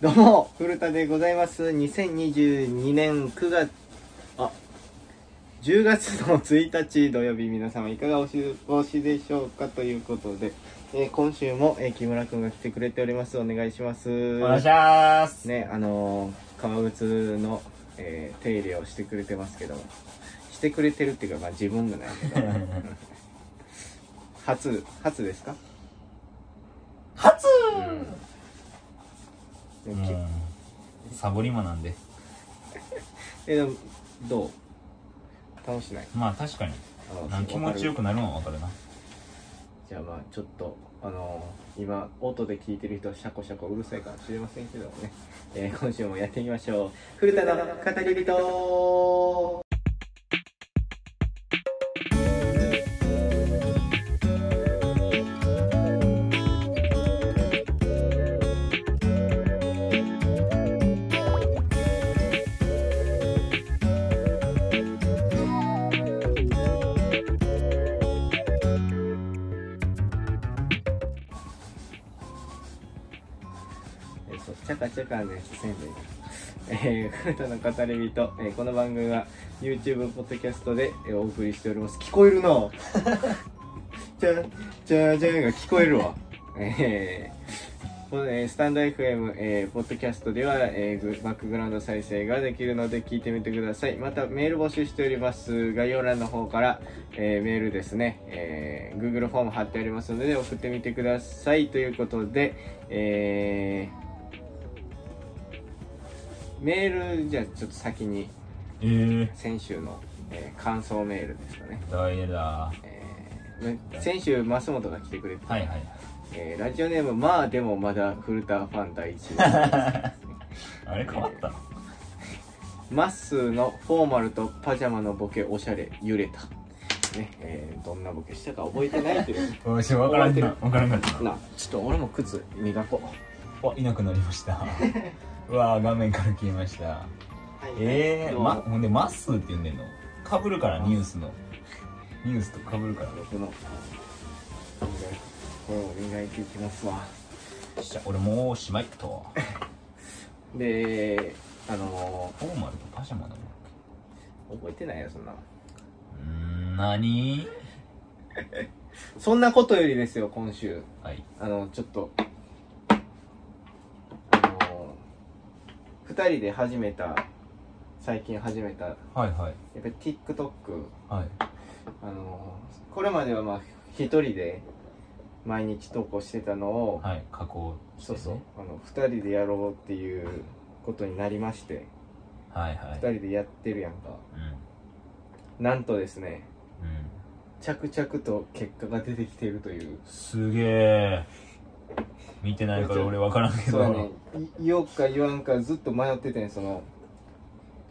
どうも古田でございます2022年9月あ10月の1日土曜日皆様いかがお過ごしでしょうかということで、えー今週も、えー木村くんが来てくれておりますお願いしますお願いします。ねあのー革靴の、えー手入れをしてくれてますけどもしてくれてるっていうかまあ自分がないけ ど初初ですか、初、でうもきん、サボり魔なんで。えでもどう倒しないまあ確かに。あなん気持ちよくなるのはわかるな。じゃあまあちょっとあのー今音で聞いてる人はシャコシャコうるさいかもしれませんけどもね、えー今週もやっていきましょう古田の語り人えーそうチャカチャカのやつせんべいえー、古田の語り人、えーこの番組は YouTube、ポッドキャストで、えーお送りしております。聞こえるなじゃじゃじゃが聞こえるわ。えーこのえースタンド FM、えーポッドキャストでは、えーグバックグラウンド再生ができるので聞いてみてください。またメール募集しております。概要欄の方から、えーメールですね、えー Google フォーム貼ってありますので送ってみてください。ということで、えーメールじゃあちょっと先にえー、先週の、えー感想メールですかね、大変だ。はえー先週増本が来てくれて、いはいはい。えーラジオネームまあでもまだ古田ファン第一位あれ変わったまっすーのフォーマルとパジャマのボケおしゃれ揺れたねえーどんなボケしたか覚えてないというわし、わからんな。わからんかったな。なちょっと俺も靴磨こうあ、いなくなりま した。うわー画面から消えました。えー、ま、ほんで、まっすーって言うんでんのかぶるから、ニュースの。ニュースとかぶるから。僕のこれを磨いていきますわよっしゃ、俺もうおしまいっと。であのフォーマルとパジャマだもん。ー覚えてないよそんなのうーん、なにそんなことよりですよ今週はい。あのちょっとあの2人で始めた最近始めたやっはいはい。ぱり TikTok はい。あのこれまではまあ1人で毎日投稿してたのを、はい、加工して、そうね、そうあの2人でやろうっていうことになりましてはいはい2人でやってるやんかうんなんとですねうん着々と結果が出てきているというすげえ見てないから俺分からんけそうどだねい言おうか言わんかずっと迷っててんその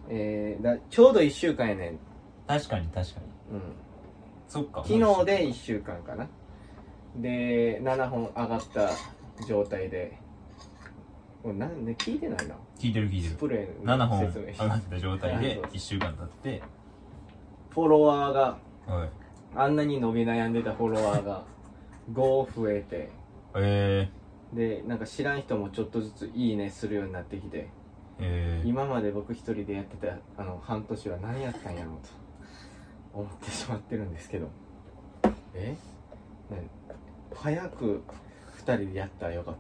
えー、だちょうど1週間やねん、うん、確かに確かにそっか昨日で1週間かなで7本上がった状態でもうなんで聞いてないな聞いてる聞いてスるプレー7の本説明上がった状態そでうそう1週間経ってフォロワーがはいあんなに伸び悩んでたフォロワー が5増えてえでなんか知らん人もちょっとずつ「いいね」するようになってきてー、えー、今まで僕一人でやってたあの半年は何やったんやろうと思ってしまってるんですけどえね早く二人でやったらよか っ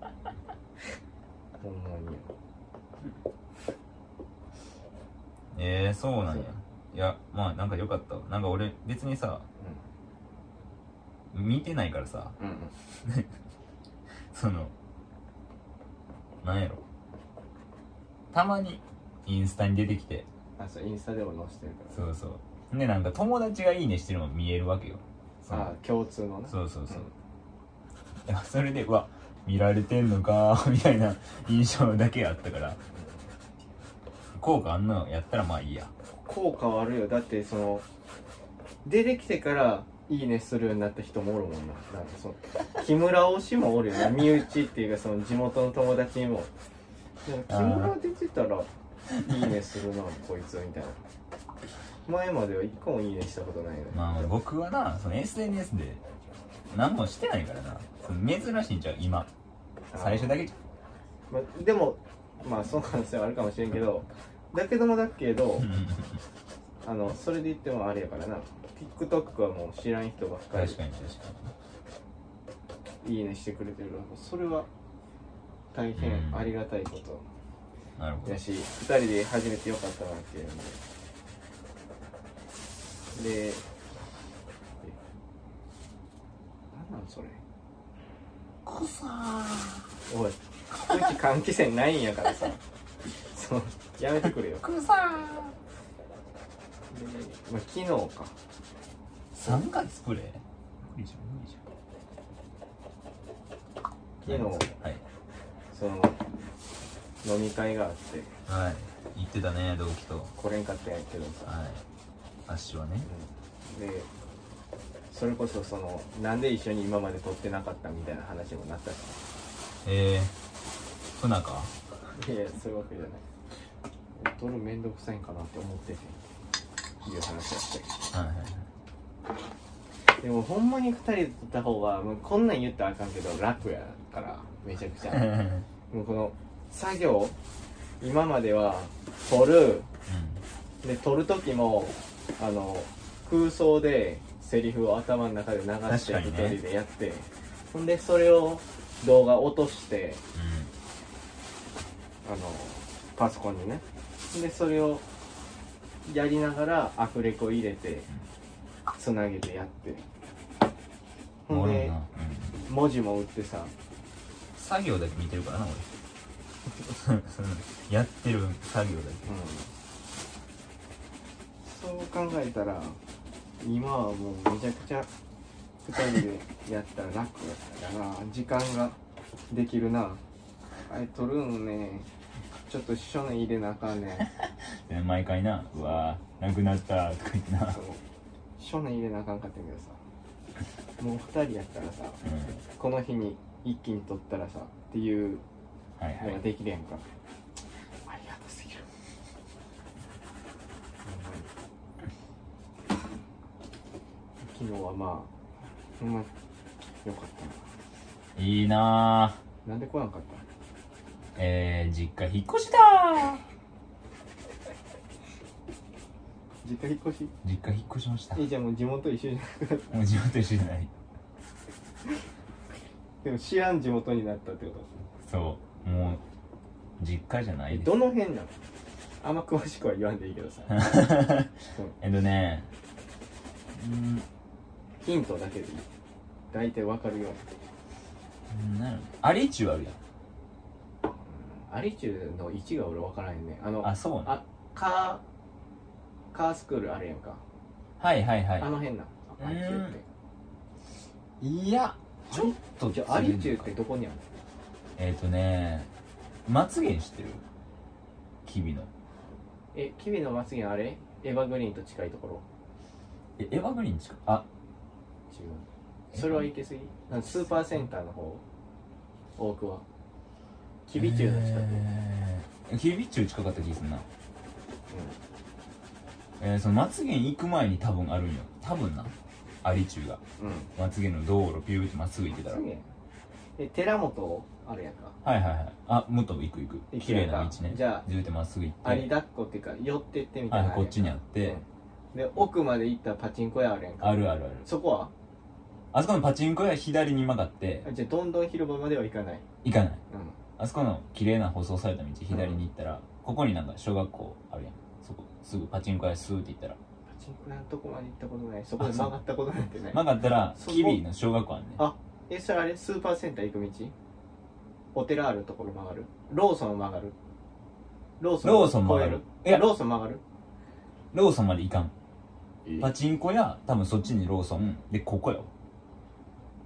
たのにほんまにえー、そうなんやいやまあなんかよかったわなんか俺別にさ見てないからさうんうんそのなんやろたまにインスタに出てきてあそうインスタでも載せてるからそうそうでなんか友達がいいねしてるのも見えるわけよそのあ共通のね、そうそうそううんだからそれでうわ見られてんのか ーみたいな印象だけあったから効果あんなのやったらまあいいや効果はあるよだってその出てきてからいいねするようになった人もおるもんななんかその木村推しもおるよ な身内っていうかその地元の友達にもでも木村出てたらいいねするなこいつみたいな前までは一個もいいねしたことないよね、まあ僕はなその SNS で何もしてないからなその珍しいんちゃう今最初だけじゃんまあ、でもまあその可能性はあるかもしれんけどだけどもだけどあのそれで言ってもあれやからな TikTok はもう知らん人ばっか確りかに確いいねしてくれてるからそれは大変ありがたいことかになるほどやし2人で始めてよかったなっていうのででえなんなんそれくさおいうち換気扇ないんやからさ そうやめてくれよで、くさまあ、昨日か三月スプレー無理じゃん無理じ昨日はいその飲み会があってはい言ってたね同期と来れんかったんやけどさ、はいあっしはねうんでそれこそそのなんで一緒に今まで撮ってなかったみたいな話もなったしえー、船か いやそういうわけじゃない撮るのめんどくさいんかなって思ってていう話だったけはいはいどでもほんまに2人で撮った方がもうこんなん言ったらあかんけど楽やからめちゃくちはい、うゃん、もうこの作業今までは撮るで撮る時もあの空想でセリフを頭の中で流して確かにね2人でやって、ほんでそれを動画落としてあのパソコンにねでそれをやりながらアフレコ入れてつなげてやってうほん、ん俺でもな、うん、文字も打ってさ作業だけ見てるからな俺 やってる作業だけそう考えたら今はもうめちゃくちゃ2人でやったら楽やったから時間ができるなあれ撮るのねちょっと書面入れなあかんねんね毎回な「うわーなくなった」とか言ってな、そう書面入れなあかんかったけどさもう2人やったらさうん、この日に一気に撮ったらさっていうはいはのがいできるやんか、ありがたすぎるほんまに昨日はまあほんまよかったいいなーななんで来なかっえー、実家引っ越したーた実家引っ越し実家引っ越しましたえじゃあもう地元一緒じゃなくなったもう地元一緒じゃないでも知らん地元になったってことそうもう実家じゃなえいどの辺なのあんま詳しくは言わんでいいけどさうん えっとねうんヒントだけでいい大体わかるようになんやろアリチュあるやんアリチュの位置が俺わからへんねあのあそうなあカーカースクールあるやんか、はいはいはいあの辺なうんアリチュっていやちょっとじゃあアずれんのかリチュってどこにあるのえっ、とねまつげん知ってるキビのえキビのまつげあれエヴァグリーンと近いところえエヴァグリーン近くあ違うそれは行き過ぎなんかスーパーセンターの方大久保キビチュの近く、えーキビチュウ近かった気がするなえー、そのまつげん行く前に多分あるんよ多分なアリチュウがうんうんまつげんの道路ピューってまっすぐ行ってたらすげええ寺本あるやんかはいはいはいあもっと行く行く行く綺麗な道ねじゃあずれてまっすぐ行ってありだっこっていうか寄ってってみたいはいなこっちにあって、うんで奥まで行ったらパチンコ屋あるやんかあるあるあるそこはあそこのパチンコ屋左に曲がってあじゃあどんどん広場までは行かない行かうないんあそこの綺麗な舗装された道左に行ったら、ここになんか小学校あるやんそこすぐパチンコ屋スーって行ったらパチンコ屋のとこまで行ったことないそこで曲がったことなんてない曲がったらそこキビの小学校あんねあえそれあれスーパーセンター行く道お寺あるところ曲がるローソン曲がるローソンローソン曲が越るえいやローソン曲がるローソンまで行かんえパチンコ屋多分そっちにローソンでここよ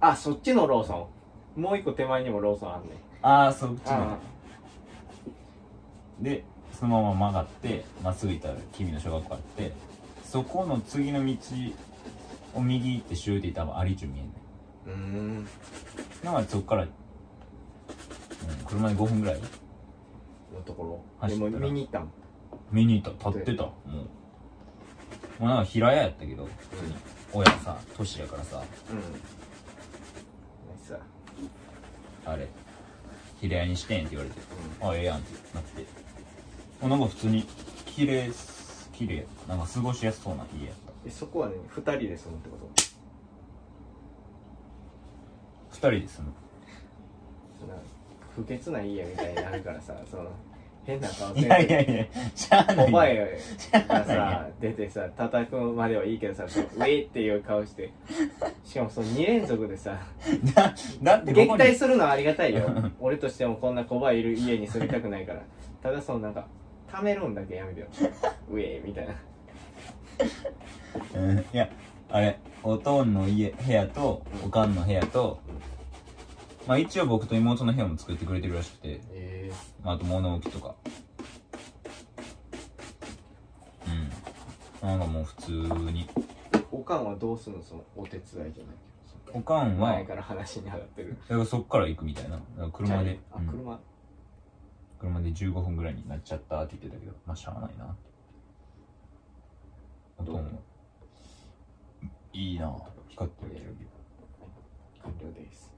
あそっちのローソンもう一個手前にもローソンあんねんああそっちあのでそのまま曲がってまっすぐ行ったら君の小学校あってそこの次の道を右行ってシューって行ったらアリチュウ見えんねうーんんだからそっから、うん、車で5分ぐらいのところで走ったもら見に行ったもん見に行った立ってたもうもうなんか平屋やったけど普通に親さ都市やからさうんナイスだあれ平屋にしてんって言われて、あええやんってなってあなんか普通に綺麗っす綺麗やったなんか過ごしやすそうな家やっえそこはね2人で住むってことた2人で住むそんな不潔な家みたいになるからさその変な顔せいんやいでやいやしゃあないお前がさ出てさ叩くまではいいけどさこうウェイっていう顔してしかもその2連続でさだだって撃ここ退にするのはありがたいよ俺としてもこんな小林いる家に住みたくないからただそのなんか貯めるんだけやめてよウェイみたいなうんいやあれおとんの家部屋とおかんの部屋とまあ一応僕と妹の部屋も作ってくれてるらしくてえまあ、あと物置とかうんなんかもう普通にえおかんはどうするのそのお手伝いじゃないけどさおかんは前から話に上がってるだからそっから行くみたいなだから車で、あうん車車で15分ぐらいになっちゃったって言ってたけどまあしゃあないなおとんはいいなぁ光ってるけ完了です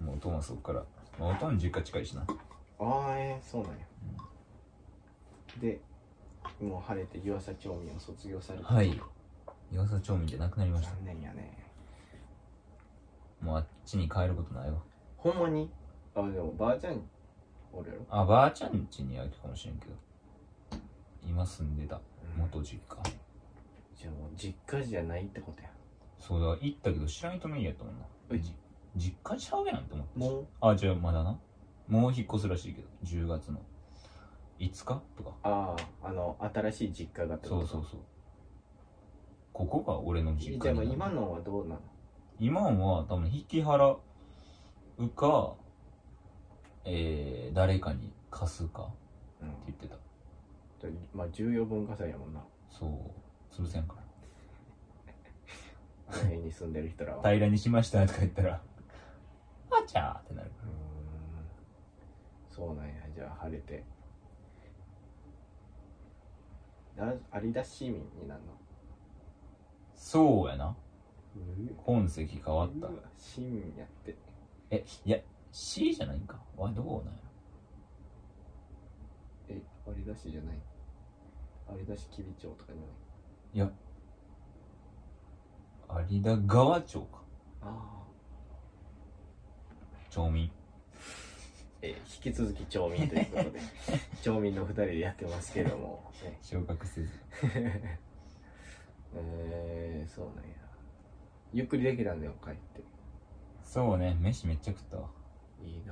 どもうおとんはそっから、まあ、おとん実家近いしなああええそうなんや、でもう晴れて湯浅町民を卒業されてはい岩佐町民じゃなくなりました残念やねもうあっちに帰ることないわほんまにあでもばあちゃんおるやろあばあちゃん家に会うかもしれんけど今住んでた元実家じゃあもう実家じゃないってことやそうだ行ったけど知らん人の家やったもんなうじ実家ちゃうやんって思ってもうあじゃあまだなもう引っ越すらしいけど10月の5日とかあああの新しい実家がってこそとうそうそうここが俺の実で家にもなる今のはどうなの今は多分引き払うかえー、誰かに貸すかってうん言ってたとまあ重要文化財やもんなそう潰せんからあの辺に住んでる人らはう平らにしましたとか言ったら「あちゃー」ってなるーんそうなんやじゃあ晴れてあ有田市民になるのそうやなう本籍変わわった市民やってえいや C じゃないんかわどうなんやえ有田市じゃない有田市吉備町とかじゃないろ有田川町かああ町民え引き続き町民ということ で町民の2人でやってますけども、ね昇格せずえー、そうなんやゆっくりできたんだよ帰ってそうね飯めっちゃ食ったわいいない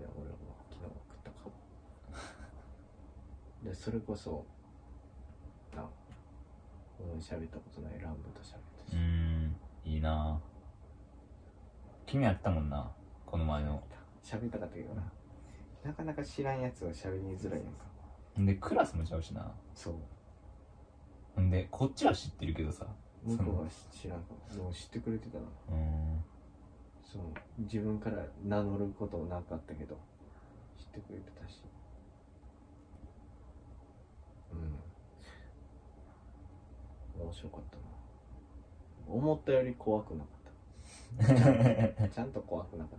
や俺も昨日食ったかもでそれこそな俺も喋ったことないランブと喋ったうし、ーんいいな君あったもんなこの前の喋りたかったけどななかなか知らんやつは喋りづらいやんかんでクラスもちゃうしなそうんでこっちは知ってるけどさ向こうは知らんかももう知ってくれてたなうー んそう自分から名乗ることなかったけど知ってくれてたしうん面白かったな思ったより怖くなかったちゃんと怖くなかった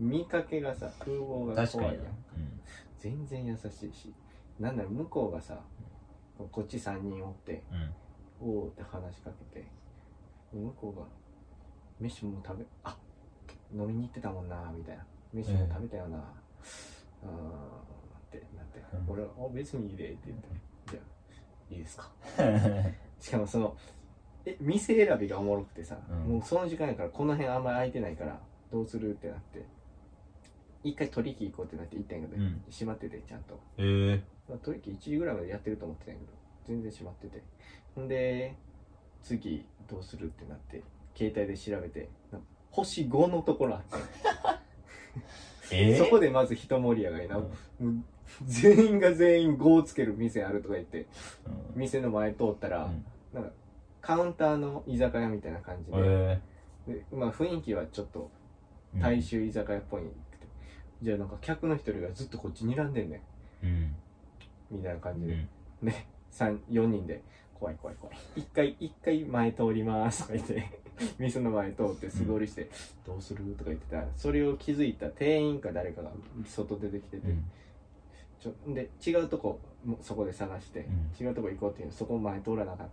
見かけがさ空母が確か怖いにやなん全然優しいしなんなら向こうがさこっち3人おってうん うんおおって話しかけて向こうが「飯もう食べあ飲みに行ってたもんな」みたいな「飯もう食べたよな」うーんってなってう「ん俺はあ別にいいで」って言って「じゃあいいですか」しかもそのえ店選びがおもろくてさ、うんもうその時間やからこの辺あんまり空いてないからどうするってなって一回取引行こうってなって行ったんやけど、うん閉まっててちゃんとえー、まあ、取引1時ぐらいまでやってると思ってたんやけど全然閉まっててほんで次どうするってなって携帯で調べてな星5のところあって、えー、そこでまず一盛り上がりな、うんもう全員が全員5をつける店あるとか言ってうん店の前通ったら、うんなんかカウンターの居酒屋みたいな感じで,、えでまあ、雰囲気はちょっとー、大衆居酒屋っぽいくて、じゃあなんか客の一人がずっとこっち睨んでんねうんんみたいな感うじんで、ね、三4人でこ怖い怖い怖い一回一回前通りますとか言って 店の前通って素通りして、どうするとか言ってたらそれを気づいた店員か誰かが外出てきてて、うんちょで違うとこもそこで探して、う違うとこ行こうっていうそこ前通らなかった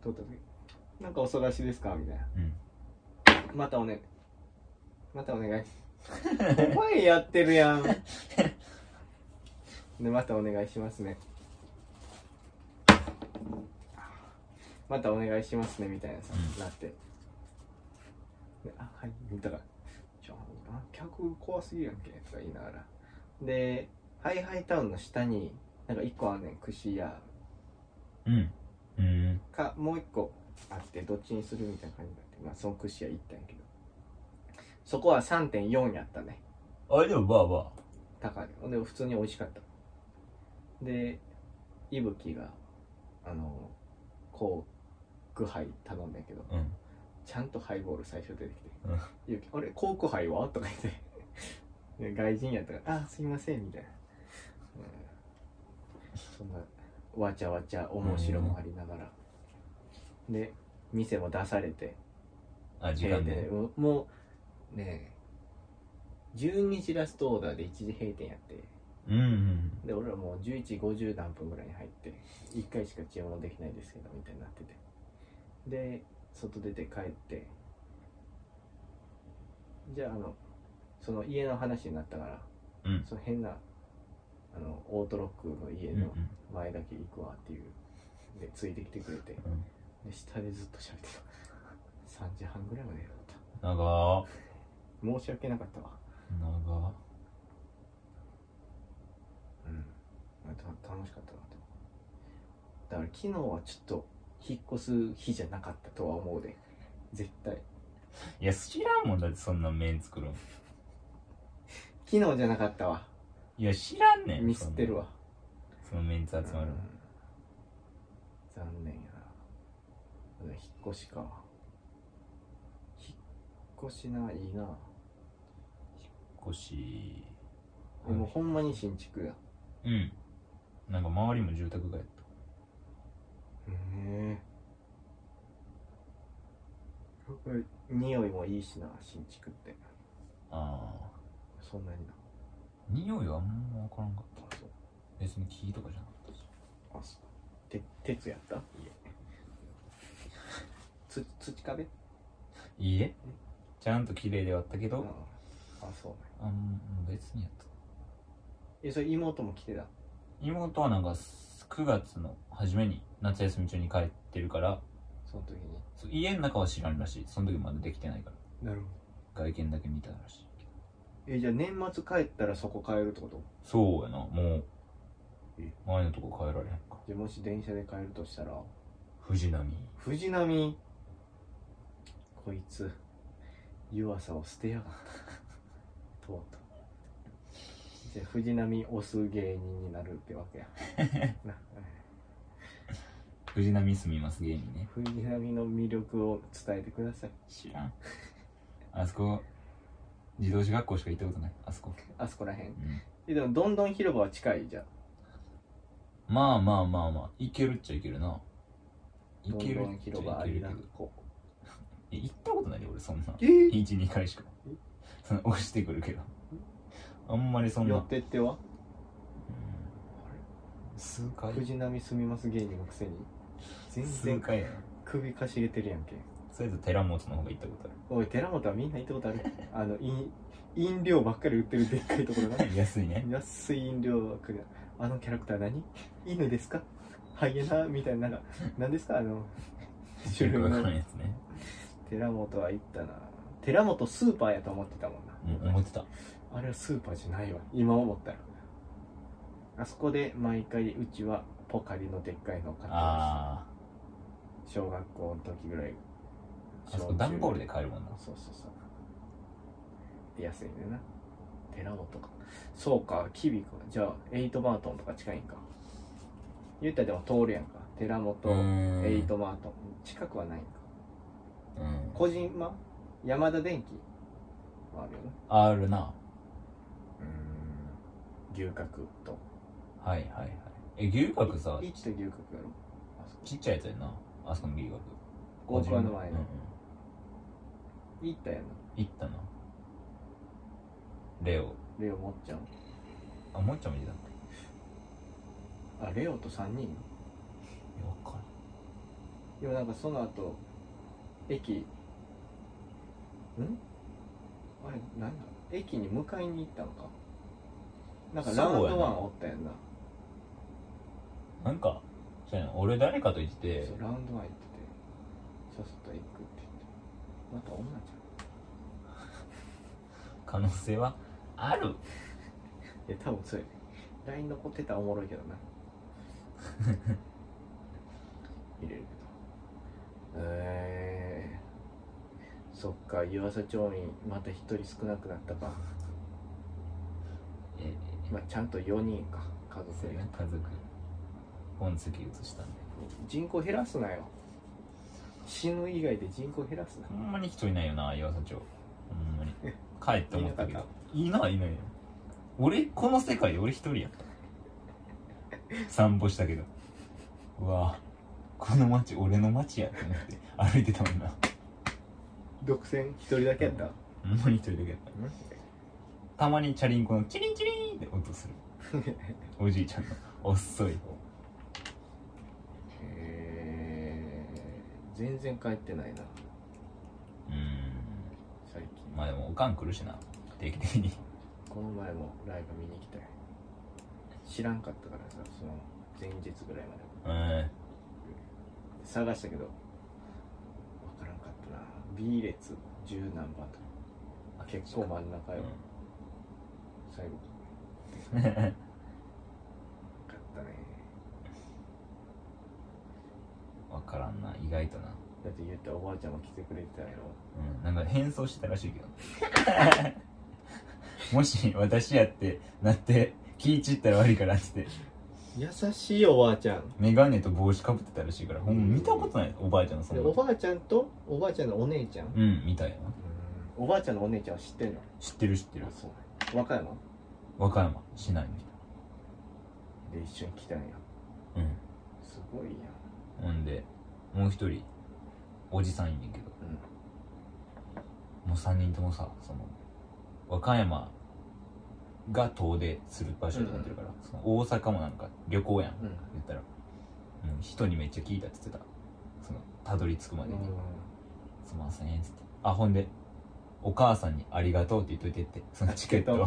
通った時「なんかお育ちですか?」みたいなうん「またおねまたお 願い」お前やってるやんでまたお願いしますねまたお願いしますねみたいなさ、うんなってであはい見たら「ちょあ客怖すぎるやんけ」とか言いながらでハイハイタウンの下になんか一個あんねん串屋うんうんかもう一個あってどっちにするみたいな感じになってまあその串屋行ったんやけどそこは3.4やったねあれでもばあば高いほんで普通に美味しかったでいぶきがあのこうクハイ頼んだんやけどあうんちゃんとハイボール最初出てきてうん「ゆうきあれコークハイは?」とか言ってで外人やったから「あすいません」みたいな、うんそんなわちゃわちゃ面白もありながら、で店も出されてあ時間閉で店もうねえ12時ラストオーダーで1時閉店やってうんうんで俺らもう11時50何分ぐらいに入って1回しか注文できないですけどみたいになっててで外出て帰ってじゃああのその家の話になったから、うんその変なあのオートロックの家うんのうん前だけ行くわっていうでついてきてくれてで下でずっと喋ってた3時半ぐらいまでやった長申し訳なかったわ長うん、た楽しかったなとだから昨日はちょっと引っ越す日じゃなかったとは思うで絶対いや知らんもんだってそんな麺作るん昨日じゃなかったわいや知らんねんミスってるわそのメンツ集まるうのん残念やな引っ越しか引っ越しないいな引っ越しでもほんまに新築やへうんなんか周りも住宅街やったえ匂いもいいしな新築ってああそんなにな匂いはあんま分からんかっあそうた別に木とかじゃなかったしあそうて鉄やった家 つ土壁いいえちゃんと綺麗ではあったけどああそうねあんもう別にやったえそれ妹も来てた妹はなんか9月の初めに夏休み中に帰ってるからその時にそう家の中は知らんらしいその時まだできてないかなるほどら外見だけ見たらしいけどえじゃあ年末帰ったらそこ帰るってことそうやなもうえ前のとこ帰られへんかじゃあもし電車で帰るとしたら藤波藤波こいつ湯浅を捨てやが ったとうとうじゃあ藤波オス芸人になるってわ けやな藤波住みます芸人ね藤波の魅力を伝えてください知らん あそこ自動車学校しか行ったことないあそこ、あそこらへんうん、えでもどんどん広場は近いじゃんまあまあまあまあいけるっちゃいけるなどいんけるどっんちゃ広場あいけりるけなどこえ行ったことないで俺そんなえ12回しかえその押してくるけどあんまりそんな、寄うっんてっては数回藤波すみます芸人のくせに全数然回やな首かしげてるやんけそれと寺本の方が行ったことおい寺本はみんな行ったことある あの飲飲料ばっかり売ってるでっかいところな ある 安いね安い飲料ばっかりあのキャラクター何犬ですかハイエナみたいななんか何ですかあ の種類よくわからんのやつね 寺本は行ったな寺本スーパーやと思ってたもんなうん思ってたあれはスーパーじゃないわ今思ったらあそこで毎回うちはポカリのでっかいのを買ってまあした小学校の時ぐらいーあそこ段ボールでで買えるもんなそうそうそうで安いねんな寺本かそうかキビかじゃあエイトマートンとか近いんか言ったらでも通るやんか寺う本ーんエイトマートン近くはないんかうん小島山田電機あるよなあるな牛角とはいはいはいえ牛角さ一と牛角やろあそちっちゃいやつやんなあそこのビル学合コンの前うんうのん行ったやんな行ったなレオレオもっちゃんあもう一丁見てたっけあレオと3人いやわかでもなんかその後駅んあれなんだ駅に迎えに行ったのかなんかラウンそうやドなワンおったやんなるなんかそうやな俺誰かと言っててそうラウンドワン行っててさっさと行くって言ってまた女じ可能性はあるゃんいや多分そうや LINE 残ってたらおもろいけどな 見れるけどえー、そっか湯浅町員また一人少なくなったかええまあちゃんと4人か家族そうでやな家族本付き移したんで人口減らすなよ死ぬ以外で人口減らすなほんまに人いないよな岩佐町ほんまに帰って思ったけどいないいない俺この世界で俺一人やった散歩したけどうわこの街俺の街やと思って歩いてたもんな独占一人だけやった、ほんまに一人だけやったたまにチャリンコのチリンチリンって音するおじいちゃんの遅いえー、全然帰ってないなうん最近まあでもおかん来るしな定期的にこの前もライブ見に来たよ知らんかったからさその前日ぐらいまでうん探したけどわからんかったな B 列十何番とか結構真ん中よ、最後 よかったね分からんな意外となだって言ったらおばあちゃんも来てくれてたようんなんか変装してたらしいけど もし私やってなって気い散ったら悪いからっつって優しいおばあちゃんメガネと帽子かぶってたらしいからほんま見たことないおばあちゃんのそでおのばあちゃんとおばあちゃんのお姉ちゃん、うんみたいなおばあちゃんのお姉ちゃんは知ってんの知ってる知ってるそう和歌山和歌山市内にで一緒に来たんやうすごいやんんほんでもう一人おじさんいんねんけどうんもう3人ともさその和歌山が遠出する場所となってるから、その大阪もなんか旅行やんうん言ったら、うん、人にめっちゃ聞いたって言ってたそのたどり着くまでに「すんません」っつってあほんでお母さんに「ありがとう」って言っといてってそのチケットを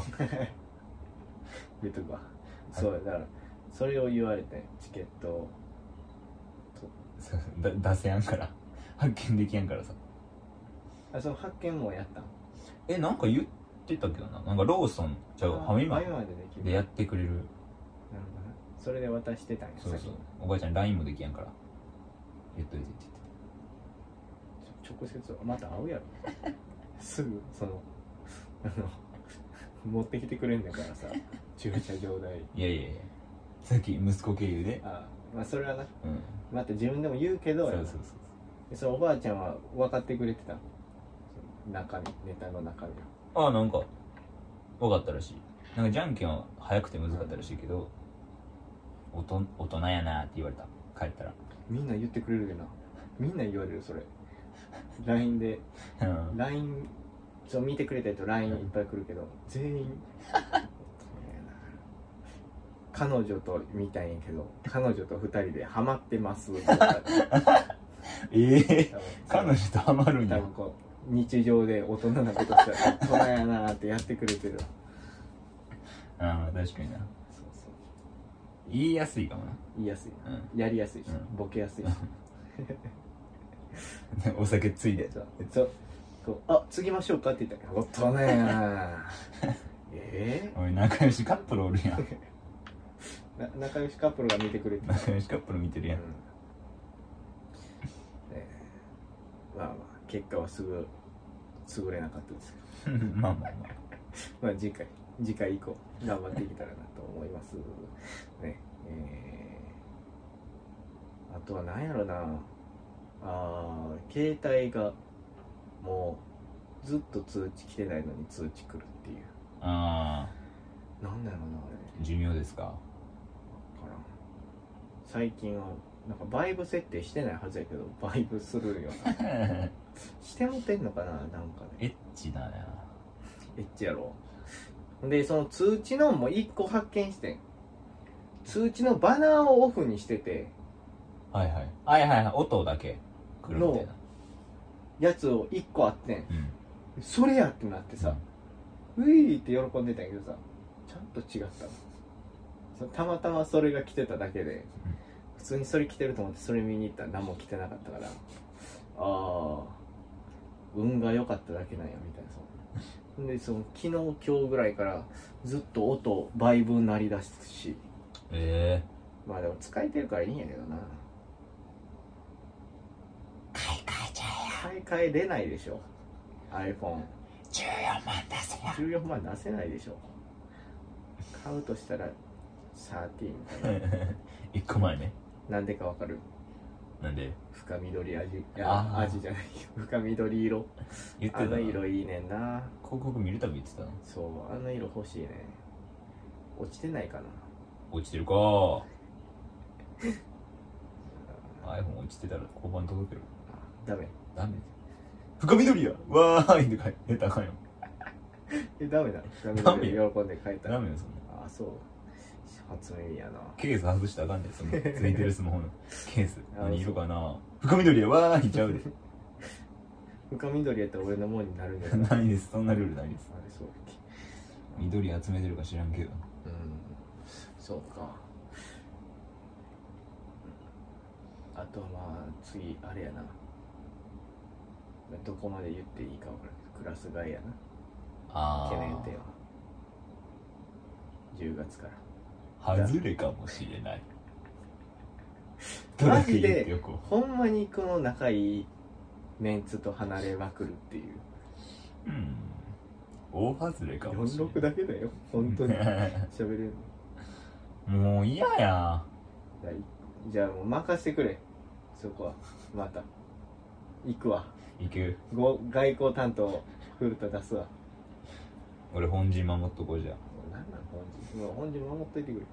言うとくわそうだからそれを言われてチケットをそう だ出せやんから発見できやんからさあその発見もやったんえなんか言ってたけどななんかローソンじゃあファミマファミマでできるでやってくれるなるほどなそれで渡してたんやそう先そうにおばあちゃん LINE もできやんから言っといてって言って直接また会うや ろすぐそのあの持ってきてくれんねんからさ駐車場代たいやいやいやさっき息子経由であまあそれはなうんまた自分でも言うけどそうやそなうそうでそのおばあちゃんは分かってくれてた中身ネタの中身をああなんか分かったらしいなんかじゃんけんは早くて難かったらしいけどおと大人やなって言われた帰ったらみんな言ってくれるよなみんな言われるそれ LINE でうん LINE そう見てくれた人 LINE いっぱい来るけど全員 彼女と見たいんやけど彼女と二人でハマってますとかええ多分彼女とハマるん多や分こう日常で大人なことしたら大人やなーってやってくれてるああ確かになそうそう言いやすいかもな言いやすいうん やりやすいし、うんボケや すいしお酒ついでそうそうこうあ継ぎましょうかって言ったら大人やなえおい仲良しカップルおる やんー、な仲良しカップルが見てくれてる、仲良しカップル見てるうんやねん えまあまあ結果はすぐ優れなかったですけまあまあまあどまあ次回次回以降頑張っていけたらなと思いますねえーあとは何やろなあー携帯がもうずっと通知来てないのに通知来るっていうあなんだろうなあれ あ寿命ですかわからん最近はなんかバイブ設定してないはずやけどバイブするんよしてもてんのかななんかねエッチだなエッチやろでその通知のもう1個発見してん通知のバナーをオフにしててはいはいはいはいはい音だけ来るみたいなやつを1個あってんうんそれやってなってさ、ういーって喜んでたんやけどさちゃんと違ったのそたまたまそれが来てただけでうん普通にそれ着てると思ってそれ見に行ったら何も着てなかったからああ運が良かっただけなんやみたいなそうでその昨日今日ぐらいからずっと音バイブ鳴り出すしええまあでも使えてるからいいんやけどな買い替えちゃ買い替えれないでしょ iPhone え14万出せよ14万出せないでしょ買うとしたら13かな 一個前ねなんでかわかるなんで深緑味いあやー味じゃないよ深緑色言ってあたのな広色いいねんな告見るたび言ってたなそうあの色欲しいね落ちてないかな落ちてるか iPhone 落ちてたら交番に届けるあダメダメ深緑やわーいって書いてたらあかんよえダメだ深ダメ緑喜んで書いたダらメよそんなあそう初耳やなケース外したらあかんでそのついてるスマホのケース あ何色かな深緑やわー いちゃうで深緑やったら俺のもんになるんじゃない ないですそんなルールないですあれそうだっけ緑集めてるか知らんけうどんそうかあとはまあ次あれやなどこまで言っていいか分からないクラス外やなあ懸念点あは10月から外れかもしれないマジでトラック旅行ほんまにこの仲いいメンツと離れまくるっていううん大外れかもしれ46だけだよ本 当にない喋れるもう嫌やじゃあいじゃあもう任せてくれそこはまた行くわ行くご外交担当古田出すわ俺本陣守っとこうじゃもうなんなん本人もう本人守っといてくれ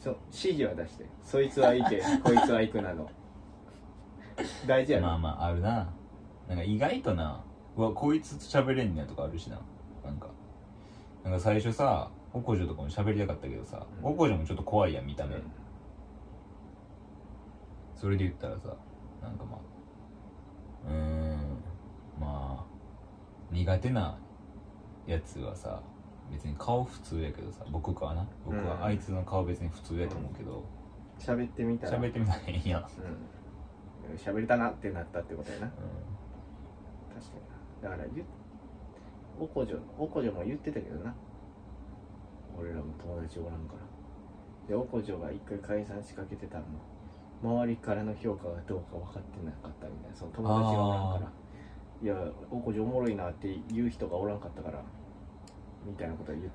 そう指示は出してそいつは 行けこいつは行くなど大事やな、まあまああるななんか意外となうわこいつと喋れんねやとかあるしななんかなんか最初さおこじょとかも喋りたかったけどさ、うんおこじょもちょっと怖いやん見うたん目、それで言ったらさなんかまあうーんまあ苦手なやつはさ別に顔普通やけどさ僕かな僕うんはあいつの顔別に普通やと思うけど喋ってみたら喋、ってみたらええやん、うんうん喋れたなってなったってことやな確かになだからゆおこじょおこじょも言ってたけどな俺らも友達おらんからでおこじょが一回解散しかけてたのも周りからの評価がどうか分かってなかったみたいなその友達がおらんからいやおこじょおもろいなって言う人がおらんかったからみたいなことは言っ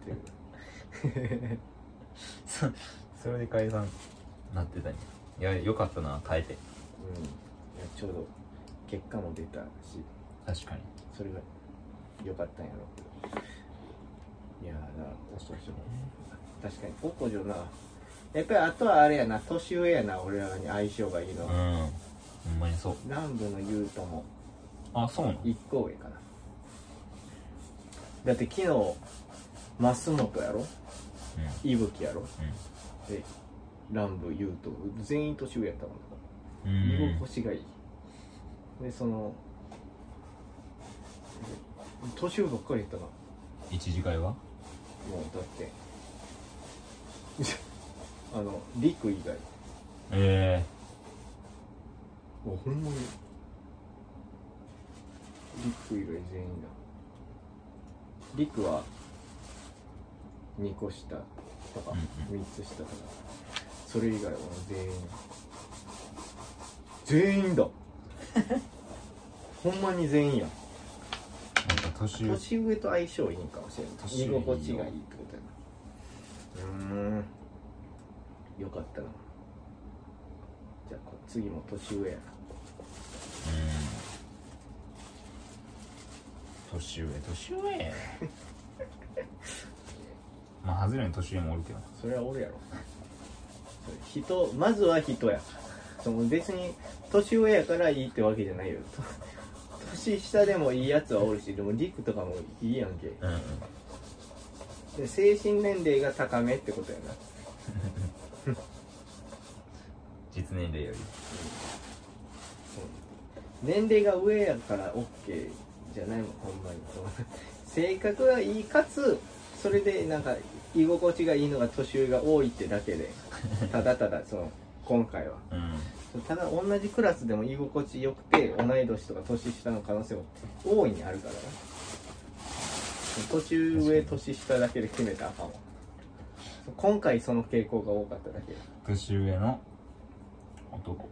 てるそそれで解散なってたんやいやよかったな耐えてうんいやちょうど結果も出たし確かにそれが良かったんやろうけどいやーだからそうそう確かに高校上なやっぱりあとはあれやな年上やな俺らに相性がいいのうんは、ほんまにそう南部の優斗もあそうなの一個上かなだって昨日増本やろうん伊吹やろうで南部優斗全員年上やったもんな、居ん心地がいいでその年上ばっかりやったな一次会はもうだって あのリク以外えもうほんまにリク以外全員だリクは2個下とかうん3つ下とかそれ以外はもう全員全員 だほんまに全員やえー、なんか年上年上と相性いいんかもしれない年居上いいよ心地がいいってことやなうーんよかったなじゃあこ次も年上やうん年上年上 まあ外れの年上もおるけどなそれは俺やろそれ人まずは人やその別に年上やからいいってわけじゃないよと年下でもいいやつはおるしでもリクとかもいいやんけうんうんで精神年齢が高めってことやな実年齢より年齢が上やから OK じゃないもんほんまに性格がいいかつそれでなんか居心地がいいのが年上が多いってだけでただただその今回はうんただ同じクラスでも居心地よくて同い年とか年下の可能性も大いにあるからな年上年下だけで決めたらあかんわ今回その傾向が多かっただけ年上の男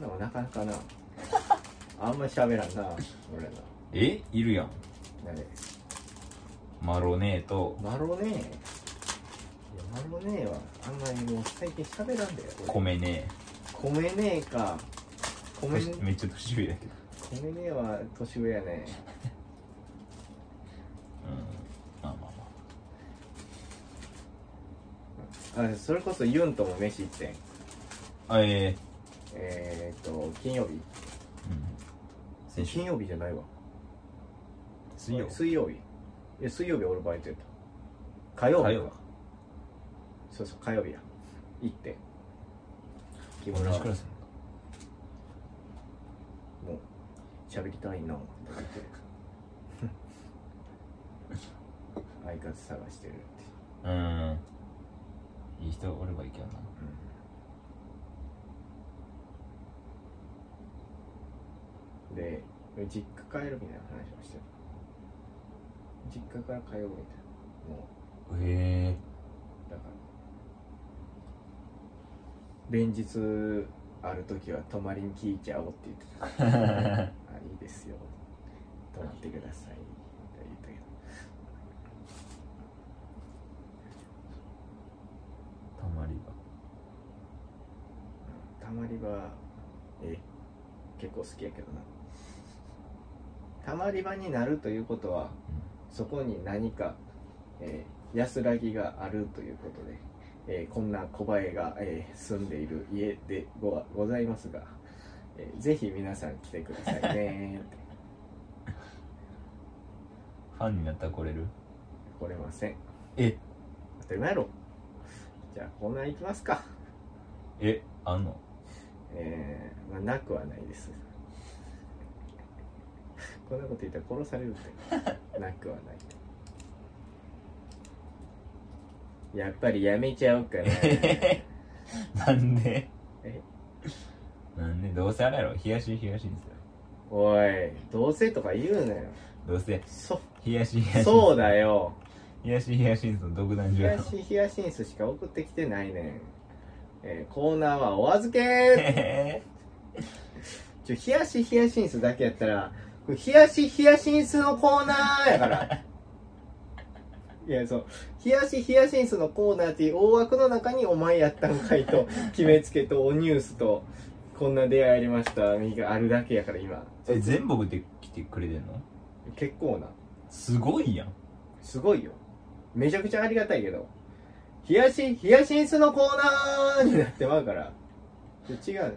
女はなかなかなあんまり喋らんな俺らえいるやん誰マロネーとマロネーいやマロネーはあんまりもう最近喋らんだよ俺米ね米ねーか米ねめっちゃ年上だけど米ねーは年上やねうんまあまあまあそれこそユンとも飯行ってんああえええー、っと金曜日うん先週金曜日じゃないわ水曜水曜日いや水曜日俺バイトやった火曜日火曜そうそう火曜日や行って木同村じはもクラうスなんだ喋りたい なとか言って相方探してるって、うんいい人おればいいけどなうん、で実家帰るみたいな話をしてる実家から通うみたいなもうえだから連日ある時は泊まりに聞いちゃおうって言ってたえー、あいいですよ泊まってくださいって言ったけどたまりたまり場え結構好きやけどなたまり場になるということはそこに何か、えー安らぎがあるということで、えーこんな小林が、えー住んでいる家でごわございますが、えーぜひ皆さん来てくださいねってファンになったら来れる来れませんえ当たり前やろじゃあコーナー行きますかえ あんのえー、まあなくはないです こんなこと言ったら殺される ってなくはないやっぱりやめちゃおう かななんでえなんでどうせあれやろ東東にするおいどうせとか言うなよどうせそ東東そうよだよ東東にする独壇場やろ東ヒヤシンスしか送ってきてないねん、えーコーナーはお預けえちょ、冷やし冷やしんすだけやったら、これ冷やし冷やしんすのコーナーやから。いや、そう。冷やし冷やしんすのコーナーっていう大枠の中にお前やったんかいと、決めつけとおニュースと、こんな出会いありました、みがあるだけやから今。 え全部で来てくれてんの結構な。すごいやんすごいよ。めちゃくちゃありがたいけど。冷やし冷やしんすのコーナーになってまうから。ちょ違う。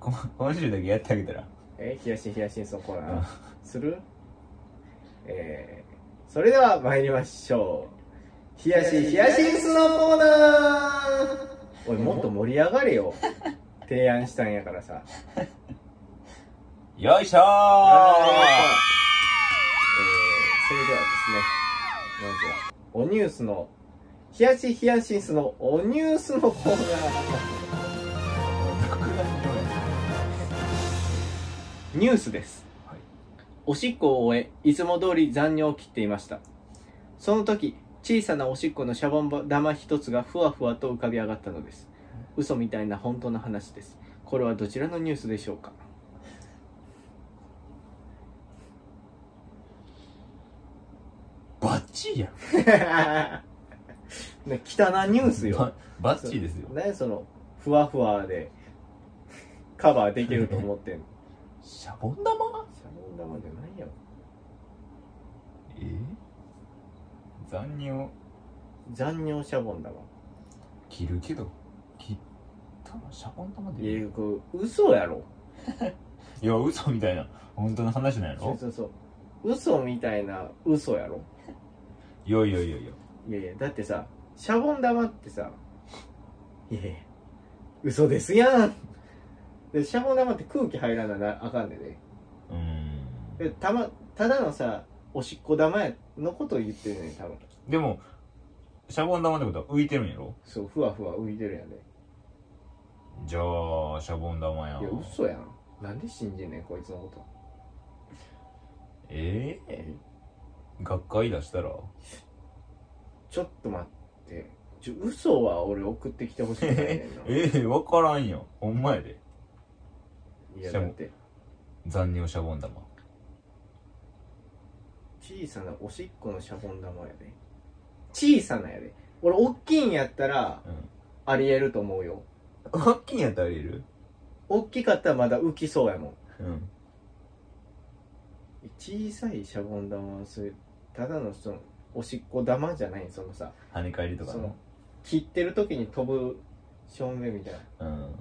こ今週だけやってあげたらえー、冷やし冷やしんそのコーナうーんするえー、それでは参りましょう。冷やし冷やしんそのコーナーおい、もっと盛り上がれよ。提案したんやからさ。よいしょえー、ーそれではですね、まずは、おニュースの、冷やし冷やしんすのおニュースのコーナー。独壇場やニュースです。はいおしっこを終え、いつも通り残尿を切っていました。その時、小さなおしっこのシャボン玉一つがふわふわと浮かび上がったのです。嘘みたいな本当の話です。これはどちらのニュースでしょう かバッチリやんね汚なニュースよ。ばバッチリですよ何その、ふわふわで、カバーできると思ってん の。シャボン玉シャボン玉じゃないよ。え残尿残尿シャボン玉。切るけどき多分シャボン玉でいやこれ嘘やろいや嘘みたいな本当の話なんやそうろそうそう嘘みたいな嘘やろいやいやいやいやいやいやだってさシャボン玉ってさいやいや嘘ですやんでシャボン玉って空気入らななあかんでねうーんでた,、ま、ただのさおしっこ玉のことを言ってるね多分でもシャボン玉ってことは浮いてるんやろそうふわふわ浮いてるやんねじゃあシャボン玉やんいや嘘やんなんで信じんねんこいつのことええ学会出したらちょっと待ってちょ嘘は俺送ってきてほしくないねえんな え分からんよほんまやでいやだって残尿シャボン玉小さなおしっこのシャボン玉やで小さなやで俺おっきいんやったらうんありえると思うよ大きいんやったらありえるおっきかったらまだ浮きそうやもんうん小さいシャボン玉はそういうただのそのおしっこ玉じゃないそのさ跳ね返りとかそのの切ってる時に飛ぶ正面みたいなうん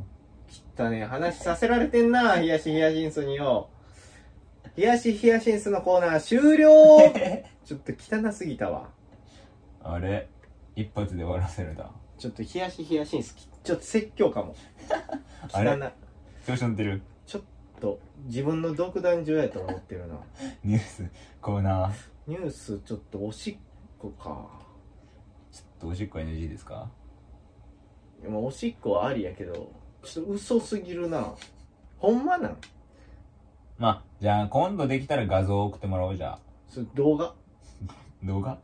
汚ねえ話させられてんな冷やし冷やしんすによ冷やし冷やしんすのコーナー終 了ちょっと汚すぎたわあれ一発で終わらせるだちょっと冷やし冷やしんすきちょっと説教かも あ汚れな調子乗ってると自分の独壇場やと思ってるなニュースコーナーニュースちょっとおしっこかちょっとおしっこ NG ですかいやまあおしっこはありやけどちょっと嘘すぎるなほんまなんまあじゃあ今度できたら画像送ってもらおうじゃあそれ動画動画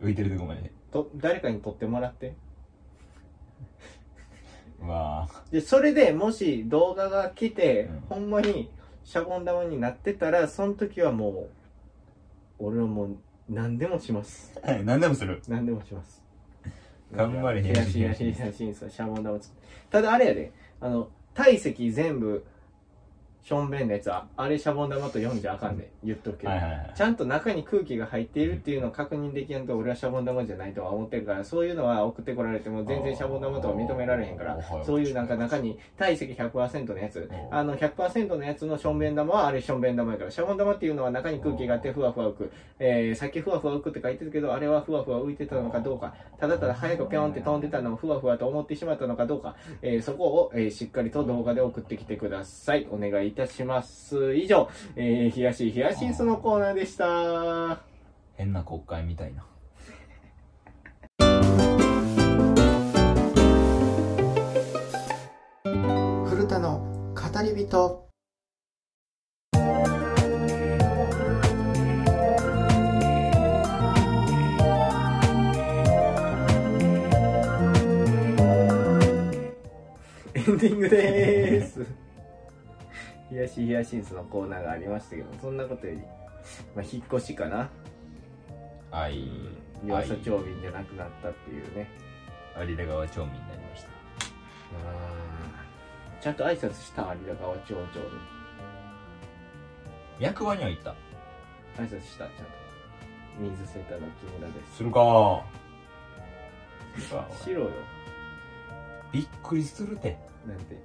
浮いてるとこまでと誰かに撮ってもらってうわあでそれでもし動画が来て、うんほんまにシャボン玉になってたらその時はもう俺はもう何でもします 何でもする何でもします頑張れいやいやいやいやいやいやシャボン玉作ってただあれやであの体積全部しょんべんのやつはあれシャボン玉と読んじゃあかんで、言っとくけど、はいはいはいちゃんと中に空気が入っているっていうのを確認できやんと俺はシャボン玉じゃないとは思ってるからそういうのは送ってこられても全然シャボン玉とは認められへんかあらーそういうなんか中に体積100%のやつあーあの100%のやつのしょんべん玉はあれしょんべん玉やからシャボン玉っていうのは中に空気があってふわふわ浮く、えー、さっきふわふわ浮くって書いてるけどあれはふわふわ浮いてたのかどうかただただ早くピョンって飛んでたのをふわふわと思ってしまったのかどうか、えーそこを、えーしっかりと動画で送ってきてくださいお願いいたします以上えー、冷やし冷やしそのコーナーでした変な国会みたいな古田の語り人エンディングでーす 冷やし冷やしんすのコーナーがありましたけどそんなことより、まあ、引っ越しかなあい湯浅町民じゃなくなったっていうね有田川町民になりましたちゃんと挨拶した有田川町長に役場には行った挨拶したちゃんと水瀬田の木村ですするかするかしろよびっくりするてなん て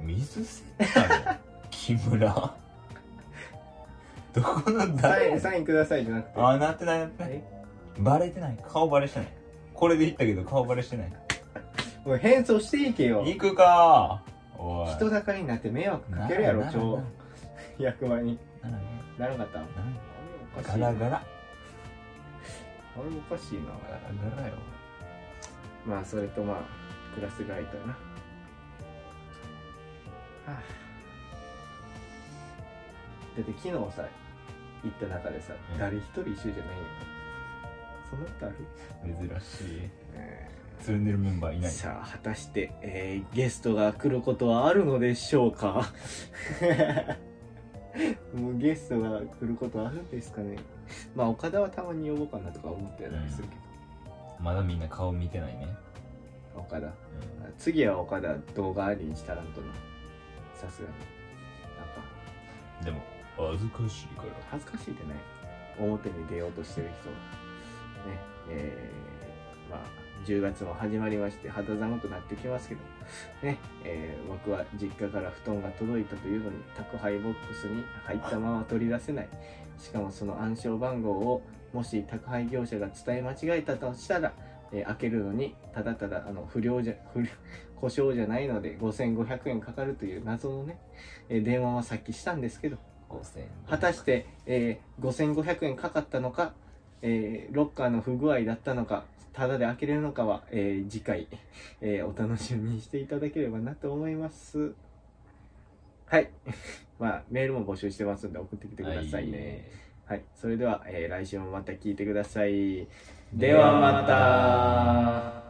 水センターの木 村どこのサイン誰サインくださいじゃなくてあなってないなってないえバレてない顔バレしてないこれで行ったけど顔バレしてないおい変装していけよ行くかおい人だかりになって迷惑かけるやろなら町役場にならなならなかったらなあれおらかしいならガラガなラあれおかしいなガラガラよまあそれとまあクラスがいたなはあだって昨日さ行った中でさ、うん誰一人一緒じゃないよそんなことある、珍しいつるんでるメンバーいないさあ果たして、えーゲストが来ることはあるのでしょうか もうゲストが来ることはあるんですかねまあ岡田はたまに呼ぼうかなとか思ってたりするけまだみんな顔見てないね、ど、岡田うん次は岡田動画ありにしたらんとなさすがになんかでも恥ずかしいから恥ずかしいってね表に出ようとしてる人ねえーまあ、10月も始まりまして肌寒くなってきますけど、ねえー僕は実家から布団が届いたというのに宅配ボックスに入ったまま取り出せないしかもその暗証番号をもし宅配業者が伝え間違えたとしたら、えー開けるのにただただあの不良じゃ不良故障じゃないので5500円かかるという謎のね、えー電話はさっきしたんですけど5000円果たして、えー5500円かかったのか、えーロッカーの不具合だったのかただで開けれるのかは、えー次回、えーお楽しみにしていただければなと思いますはい まあメールも募集してますんで送ってきてくださいねはい、それでは、えー来週もまた聞いてくださいではまた